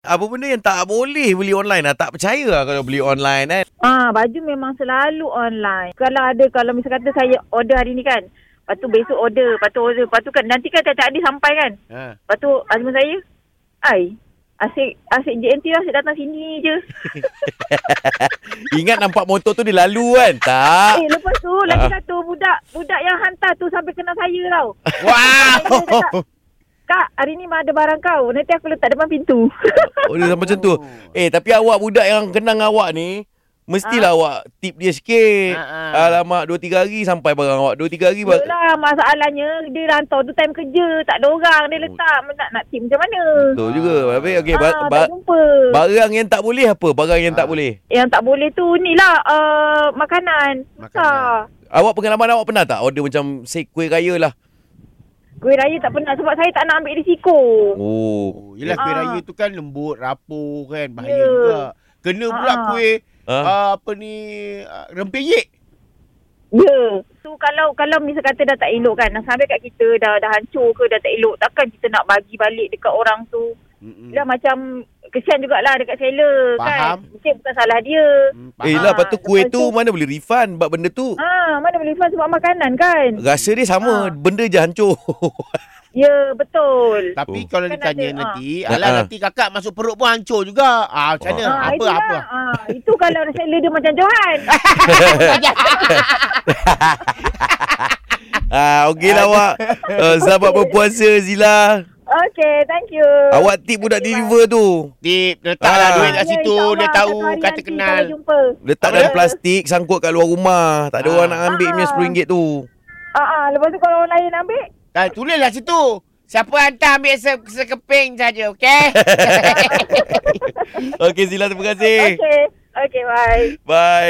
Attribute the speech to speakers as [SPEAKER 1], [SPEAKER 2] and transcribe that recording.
[SPEAKER 1] apa benda yang tak boleh beli online lah. Tak percaya lah kalau beli online kan.
[SPEAKER 2] Ah, baju memang selalu online. Kalau ada kalau misal kata saya order hari ni kan. Lepas tu besok order, lepas tu order, lepas tu kan nanti kan tak ada sampai kan.
[SPEAKER 1] Ha.
[SPEAKER 2] Lepas tu azman saya, "Ai, asyik asyik JNT lah asyik datang sini je."
[SPEAKER 1] Ingat nampak motor tu dia lalu kan? Tak.
[SPEAKER 2] Eh, lepas tu lagi
[SPEAKER 1] Ah.
[SPEAKER 2] satu budak budak yang hantar tu sampai kena saya tau.
[SPEAKER 1] Wow.
[SPEAKER 2] Kak, hari ni mak ada barang kau. Nanti aku letak depan pintu.
[SPEAKER 1] Oh, dia macam tu. Eh, tapi awak budak yang kenang awak ni,
[SPEAKER 2] Ha?
[SPEAKER 1] mestilah awak tip dia sikit.
[SPEAKER 3] Ha, ha.
[SPEAKER 1] Alamak, 2-3 hari sampai barang awak. 2-3 hari barang.
[SPEAKER 2] Yelah, masalahnya dia hantar tu time kerja, tak ada orang. Dia letak nak nak tip macam mana?
[SPEAKER 1] Oh. Betul juga. Habis, okay, ba-
[SPEAKER 2] ah, tak
[SPEAKER 1] ba-
[SPEAKER 2] jumpa.
[SPEAKER 1] barang yang tak boleh apa? Barang yang tak
[SPEAKER 3] Ah.
[SPEAKER 1] boleh.
[SPEAKER 2] Yang tak boleh tu ni lah uh, makanan. Susah.
[SPEAKER 1] Awak pengalaman awak pernah tak order macam say kuih raya lah?
[SPEAKER 2] Kuih raya tak pernah sebab saya tak nak ambil risiko.
[SPEAKER 1] Oh.
[SPEAKER 3] Oh, yelah kuih
[SPEAKER 2] Ah.
[SPEAKER 3] raya tu kan lembut, rapuh kan, bahaya
[SPEAKER 2] Ya.
[SPEAKER 3] juga. Kena pula
[SPEAKER 2] Ah.
[SPEAKER 3] kuih
[SPEAKER 1] Ha?
[SPEAKER 3] ah, apa ni ah, rempeyek.
[SPEAKER 2] Ya. Tu kalau kalau misal kata dah tak elok kan, dah sampai kat kita dah dah hancur ke dah tak elok, takkan kita nak bagi balik dekat orang tu.
[SPEAKER 3] Mm-mm.
[SPEAKER 2] Dah macam kesian jugalah dekat seller kan.
[SPEAKER 3] Faham.
[SPEAKER 2] Mungkin bukan salah dia.
[SPEAKER 1] Eh
[SPEAKER 3] Mm, faham.
[SPEAKER 1] lah, lepas tu
[SPEAKER 2] Ah,
[SPEAKER 1] kuih
[SPEAKER 2] lepas
[SPEAKER 1] tu
[SPEAKER 2] tu-
[SPEAKER 1] mana boleh refund? Sebab benda tu
[SPEAKER 2] Ah, mana boleh faham sebab makanan kan?
[SPEAKER 1] rasa dia
[SPEAKER 2] Ah.
[SPEAKER 1] sama. Benda je hancur.
[SPEAKER 2] Ya, betul.
[SPEAKER 1] Oh.
[SPEAKER 3] Tapi kalau
[SPEAKER 2] Kan
[SPEAKER 3] ditanya
[SPEAKER 2] ada,
[SPEAKER 3] nanti,
[SPEAKER 1] ah.
[SPEAKER 3] alah
[SPEAKER 1] Ah.
[SPEAKER 3] nanti kakak masuk perut pun hancur juga. Ah macam mana?
[SPEAKER 2] Ah,
[SPEAKER 3] apa
[SPEAKER 2] itulah.
[SPEAKER 3] apa?
[SPEAKER 2] Ah, itu kalau seller dia macam Johan.
[SPEAKER 1] ah, okey lah awak. Uh, selamat berpuasa Zila.
[SPEAKER 2] Okey, thank you.
[SPEAKER 1] Awak tip budak deliver tu.
[SPEAKER 3] Tip letaklah
[SPEAKER 1] Ah.
[SPEAKER 3] duit kat
[SPEAKER 2] Ya,
[SPEAKER 3] situ,
[SPEAKER 2] insyaAllah
[SPEAKER 3] dia tahu
[SPEAKER 2] satu hari
[SPEAKER 3] kata
[SPEAKER 2] nanti
[SPEAKER 3] kenal.
[SPEAKER 2] Kalau jumpa.
[SPEAKER 1] Letak
[SPEAKER 3] Apa
[SPEAKER 1] dalam
[SPEAKER 3] dia?
[SPEAKER 1] plastik Sangkut kat luar rumah Tak ada
[SPEAKER 3] Ah.
[SPEAKER 1] orang nak ambil punya
[SPEAKER 2] Ah.
[SPEAKER 1] RM10 tu
[SPEAKER 2] Ah, ah, lepas tu kalau orang lain ambil,
[SPEAKER 3] Ah, tulislah situ. Siapa hantar ambil se- sekeping saja, okey?
[SPEAKER 1] Okey Zila terima kasih
[SPEAKER 2] okey. Okey, bye.
[SPEAKER 1] Bye